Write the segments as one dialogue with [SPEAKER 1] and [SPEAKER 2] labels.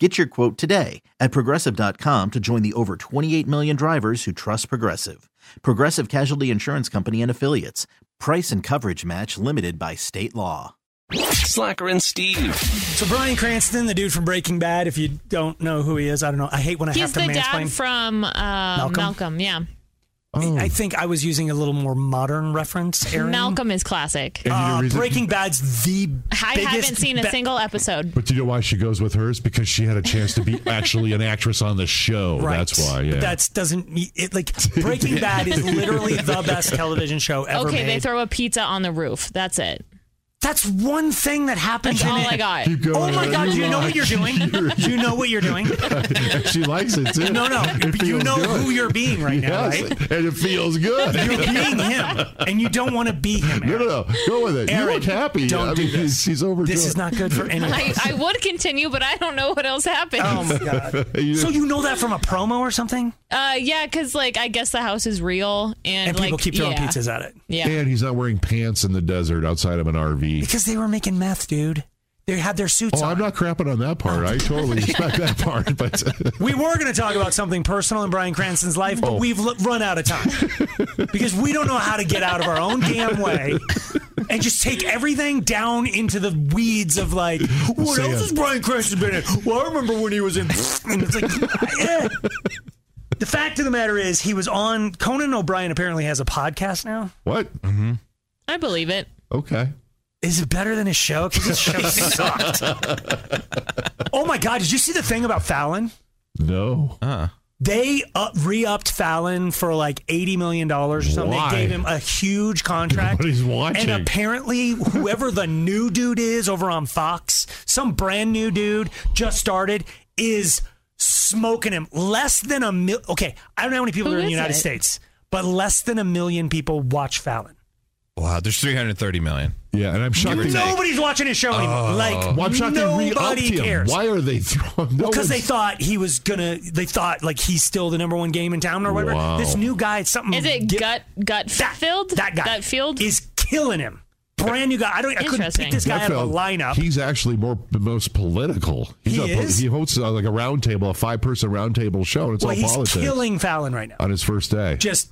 [SPEAKER 1] Get your quote today at progressive.com to join the over 28 million drivers who trust Progressive. Progressive Casualty Insurance Company and Affiliates. Price and coverage match limited by state law.
[SPEAKER 2] Slacker and Steve.
[SPEAKER 3] So Brian Cranston, the dude from Breaking Bad, if you don't know who he is, I don't know. I hate when I
[SPEAKER 4] He's
[SPEAKER 3] have to
[SPEAKER 4] the
[SPEAKER 3] mansplain.
[SPEAKER 4] dad from Oh. uh, Malcolm? Yeah,
[SPEAKER 3] I think I was using a little more modern reference. Aaron.
[SPEAKER 4] Malcolm is classic.
[SPEAKER 3] Uh, Breaking Bad's the
[SPEAKER 4] I
[SPEAKER 3] biggest
[SPEAKER 4] haven't seen a
[SPEAKER 3] ba-
[SPEAKER 4] single episode.
[SPEAKER 5] But do you know why she goes with hers? Because she had a chance to be actually an actress on the show.
[SPEAKER 3] Right.
[SPEAKER 5] That's why. Yeah.
[SPEAKER 3] But that's doesn't mean it. Like Breaking Bad is literally the best television show ever
[SPEAKER 4] Okay,
[SPEAKER 3] made.
[SPEAKER 4] they throw a pizza on the roof. That's it.
[SPEAKER 3] That's one thing that happens
[SPEAKER 4] That's
[SPEAKER 3] in
[SPEAKER 4] all
[SPEAKER 3] it.
[SPEAKER 4] I got.
[SPEAKER 5] Keep going.
[SPEAKER 3] Oh my God! You know what you're doing. You know what you're doing.
[SPEAKER 5] she likes it too.
[SPEAKER 3] No, no.
[SPEAKER 5] It
[SPEAKER 3] You
[SPEAKER 5] feels
[SPEAKER 3] know
[SPEAKER 5] good.
[SPEAKER 3] who you're being right now,
[SPEAKER 5] Yes,
[SPEAKER 3] right?
[SPEAKER 5] And it feels good.
[SPEAKER 3] You're being him, and you don't want to be him.
[SPEAKER 5] no, no,
[SPEAKER 3] Aaron.
[SPEAKER 5] no. Go with it. you
[SPEAKER 3] Aaron,
[SPEAKER 5] look happy.
[SPEAKER 3] don't
[SPEAKER 5] I
[SPEAKER 3] do
[SPEAKER 5] mean,
[SPEAKER 3] this.
[SPEAKER 5] she's overjoyed.
[SPEAKER 3] This is not good for anyone.
[SPEAKER 4] I, I would continue, but I don't know what else happened.
[SPEAKER 3] Oh my god!
[SPEAKER 5] You-
[SPEAKER 3] So you know that from a promo or something,
[SPEAKER 4] Uh, yeah, because like I guess the house is real, and,
[SPEAKER 3] and
[SPEAKER 4] like,
[SPEAKER 3] people keep throwing
[SPEAKER 4] yeah,
[SPEAKER 3] pizzas at it
[SPEAKER 4] Yeah,
[SPEAKER 5] and he's not wearing pants in the desert outside of an RV.
[SPEAKER 3] because they were making meth, dude. They had their suits
[SPEAKER 5] Oh,
[SPEAKER 3] on.
[SPEAKER 5] I'm not crapping on that
[SPEAKER 3] Oh.
[SPEAKER 5] part. I totally respect that part. But
[SPEAKER 3] we were going to talk about something personal in Brian Cranston's life, but
[SPEAKER 5] Oh.
[SPEAKER 3] we've l- run out of time because we don't know how to get out of our own damn way and just take everything down into the weeds of like, what
[SPEAKER 5] Say
[SPEAKER 3] else
[SPEAKER 5] it.
[SPEAKER 3] has Brian Cranston been in? Well, I remember when he was in. And it's like, eh. the fact of the matter is, he was on Conan O'Brien. Apparently, has a podcast now.
[SPEAKER 5] what?
[SPEAKER 4] I believe it.
[SPEAKER 5] Okay.
[SPEAKER 3] Is it better than his show? Because his show sucked. oh my God, did you see the thing about Fallon?
[SPEAKER 5] No.
[SPEAKER 3] Uh, They up, re-upped Fallon for like eighty million dollars or something.
[SPEAKER 5] Why?
[SPEAKER 3] They gave him a huge contract.
[SPEAKER 5] Nobody's watching.
[SPEAKER 3] And apparently, whoever the new dude is over on Fox, some brand new dude just started, is smoking him. Less than a mil. Okay, I don't know how many people
[SPEAKER 4] Who
[SPEAKER 3] are in the
[SPEAKER 4] is
[SPEAKER 3] United
[SPEAKER 4] it?
[SPEAKER 3] States, but less than a million people watch Fallon.
[SPEAKER 6] Wow, there's 330 million.
[SPEAKER 5] Yeah, and I'm shocked. they-
[SPEAKER 3] Nobody's watching his show anymore. like,
[SPEAKER 5] Oh. Well, I'm shocked they re-upped
[SPEAKER 3] nobody
[SPEAKER 5] him.
[SPEAKER 3] cares.
[SPEAKER 5] Why are they throwing? No
[SPEAKER 3] because they
[SPEAKER 5] one's-
[SPEAKER 3] thought he was gonna. They thought like he's still the number one game in town or whatever.
[SPEAKER 5] Wow.
[SPEAKER 3] This new guy, something.
[SPEAKER 4] Is it
[SPEAKER 3] Mm. get-
[SPEAKER 4] gut gut
[SPEAKER 3] that
[SPEAKER 4] filled?
[SPEAKER 3] That guy.
[SPEAKER 4] That field.
[SPEAKER 3] is killing him. Brand new guy. I don't. I couldn't pick
[SPEAKER 4] Interesting.
[SPEAKER 3] this guy out of
[SPEAKER 5] Gutfeld,
[SPEAKER 3] a lineup.
[SPEAKER 5] He's actually more the most political. He's
[SPEAKER 3] He
[SPEAKER 5] a,
[SPEAKER 3] is?
[SPEAKER 5] He hosts uh, like a round table, a five person round table show, and it's
[SPEAKER 3] well,
[SPEAKER 5] all
[SPEAKER 3] he's
[SPEAKER 5] politics
[SPEAKER 3] killing Fallon right now.
[SPEAKER 5] on his first day.
[SPEAKER 3] Just.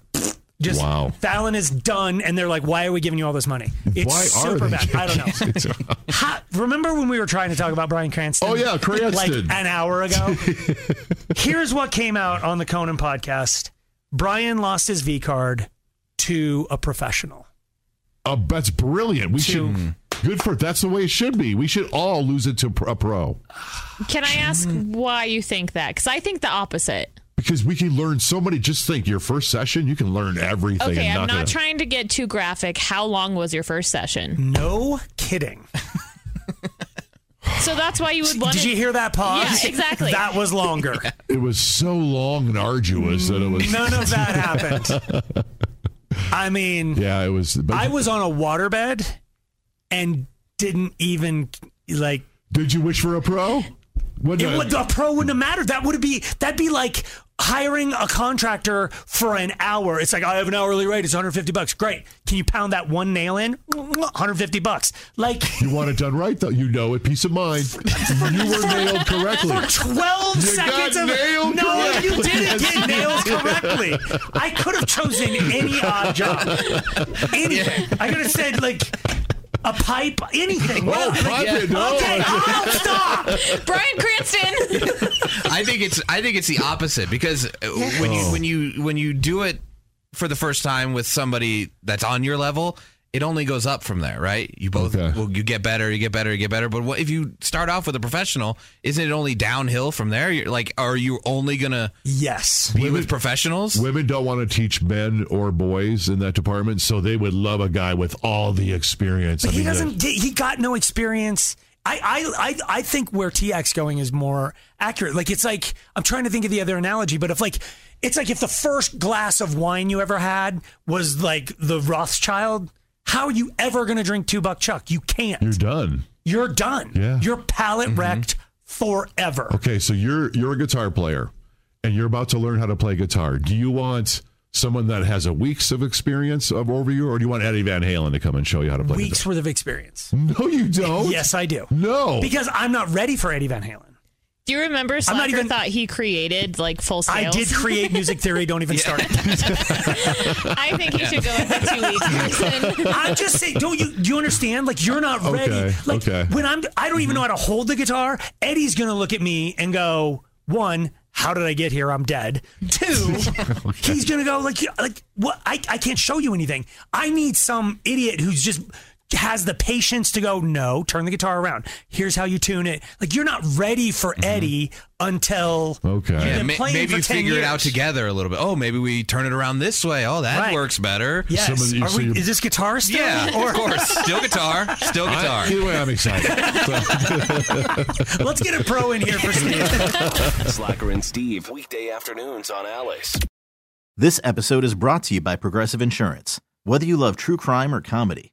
[SPEAKER 3] Just
[SPEAKER 5] Wow.
[SPEAKER 3] Fallon is done, and they're like, "Why are we giving you all this money?" It's
[SPEAKER 5] Why are
[SPEAKER 3] super
[SPEAKER 5] they?
[SPEAKER 3] bad. I don't know.
[SPEAKER 5] know.
[SPEAKER 3] How, remember when we were trying to talk about Brian Cranston?
[SPEAKER 5] Oh, yeah, Cranston.
[SPEAKER 3] Like an hour ago. Here's what came out on the Conan podcast: Brian lost his V card to a professional.
[SPEAKER 5] oh, that's brilliant. We should. Good for that's the way it should be. We should all lose it to pr- a pro
[SPEAKER 4] Can I ask
[SPEAKER 3] Mm.
[SPEAKER 4] why you think that? Because I think the opposite.
[SPEAKER 5] because we can learn so many. Just think, your first session, you can learn everything.
[SPEAKER 4] Okay,
[SPEAKER 5] and
[SPEAKER 4] I'm
[SPEAKER 5] gonna-
[SPEAKER 4] not trying to get too graphic. How long was your first session?
[SPEAKER 3] No kidding.
[SPEAKER 4] So that's why you would want.
[SPEAKER 3] Did you hear that pause?
[SPEAKER 4] Yeah, exactly.
[SPEAKER 3] That was longer.
[SPEAKER 5] It was so long and arduous that it was.
[SPEAKER 3] None of that happened. I mean,
[SPEAKER 5] Yeah, it was. But
[SPEAKER 3] I was on a waterbed and didn't even like
[SPEAKER 5] did you wish for a pro? What
[SPEAKER 3] It would, the pro wouldn't have mattered. That would be that'd be like hiring a contractor for an hour. It's like I have an hourly rate. It's 150 bucks. Great. Can you pound that one nail in? 150 bucks. Like
[SPEAKER 5] You want it done right, though. You know it. Peace of mind. You were nailed correctly.
[SPEAKER 3] 12
[SPEAKER 5] You
[SPEAKER 3] seconds
[SPEAKER 5] got
[SPEAKER 3] of
[SPEAKER 5] nailed
[SPEAKER 3] no, you
[SPEAKER 5] correctly.
[SPEAKER 3] didn't get nails correctly. I could have chosen any odd job. Any, I could have said like a pipe, anything.
[SPEAKER 5] Oh,
[SPEAKER 3] Like,
[SPEAKER 5] private, no.
[SPEAKER 3] Okay, oh, stop.
[SPEAKER 4] Brian Cranston.
[SPEAKER 6] I think it's I think it's the opposite because uh, when you when you when you do it for the first time with somebody that's on your level, it only goes up from there, right? You both
[SPEAKER 5] Okay.
[SPEAKER 6] well, you get better, you get better, you get better. But what if you start off with a professional? Isn't it only downhill from there? You're like, are you only gonna
[SPEAKER 3] Yes.
[SPEAKER 6] be with professionals?
[SPEAKER 5] Women don't want to teach men or boys in that department, so they would love a guy with all the experience.
[SPEAKER 3] But
[SPEAKER 5] I
[SPEAKER 3] he
[SPEAKER 5] mean, uh, the-
[SPEAKER 3] doesn't. get- He got no experience, I, I, I, I think where TX going is more accurate. Like it's like I'm trying to think of the other analogy, but if like it's like if the first glass of wine you ever had was like the Rothschild, how are you ever gonna drink two buck chuck? You can't.
[SPEAKER 5] You're
[SPEAKER 3] You're,
[SPEAKER 5] done.
[SPEAKER 3] done.
[SPEAKER 5] Yeah. Mm-hmm.
[SPEAKER 3] Your palate wrecked forever.
[SPEAKER 5] Okay, so you're you're a guitar player and you're about to learn how to play guitar. Do you want someone that has a weeks of experience of over you, or do you want Eddie Van Halen to come and show you how to play
[SPEAKER 3] Weeks worth of experience.
[SPEAKER 5] guitar? No, you don't.
[SPEAKER 3] Yes, I do.
[SPEAKER 5] No.
[SPEAKER 3] Because I'm not ready for Eddie Van Halen.
[SPEAKER 4] Do you remember Slacker
[SPEAKER 3] not even-
[SPEAKER 4] thought he created like full
[SPEAKER 3] I
[SPEAKER 4] sales?
[SPEAKER 3] did create music theory. Don't even start.
[SPEAKER 4] I think he should go with the two weeks person.
[SPEAKER 3] I'm just saying, don't you do you understand? Like you're not ready.
[SPEAKER 5] Okay,
[SPEAKER 3] like
[SPEAKER 5] okay.
[SPEAKER 3] when I'm I don't even know how to hold the guitar, Eddie's gonna look at me and go, one, how did I get here? I'm dead. Two, he's gonna go like you- like what I, I can't show you anything. I need some idiot who's just has the patience to go, no, turn the guitar around. Here's how you tune it. Like you're not ready for Eddie until
[SPEAKER 5] Mm-hmm. Okay.
[SPEAKER 3] you've
[SPEAKER 5] Yeah,
[SPEAKER 3] been
[SPEAKER 6] ma-
[SPEAKER 3] playing
[SPEAKER 6] maybe
[SPEAKER 3] for
[SPEAKER 6] you
[SPEAKER 3] 10
[SPEAKER 6] figure it
[SPEAKER 3] years.
[SPEAKER 6] out together a little bit. Oh, maybe we turn it around this way. Oh, that
[SPEAKER 3] Right.
[SPEAKER 6] works better.
[SPEAKER 3] Yes.
[SPEAKER 5] Some of the-
[SPEAKER 3] Are
[SPEAKER 5] so
[SPEAKER 3] we-
[SPEAKER 5] you're-
[SPEAKER 3] is this guitar still?
[SPEAKER 6] Yeah, of course. Still guitar. Still guitar.
[SPEAKER 5] Either way, I'm excited. So-
[SPEAKER 3] Let's get a pro in here for Steve.
[SPEAKER 2] Slacker and Steve, weekday afternoons on Alice.
[SPEAKER 1] This episode is brought to you by Progressive Insurance. Whether you love true crime or comedy,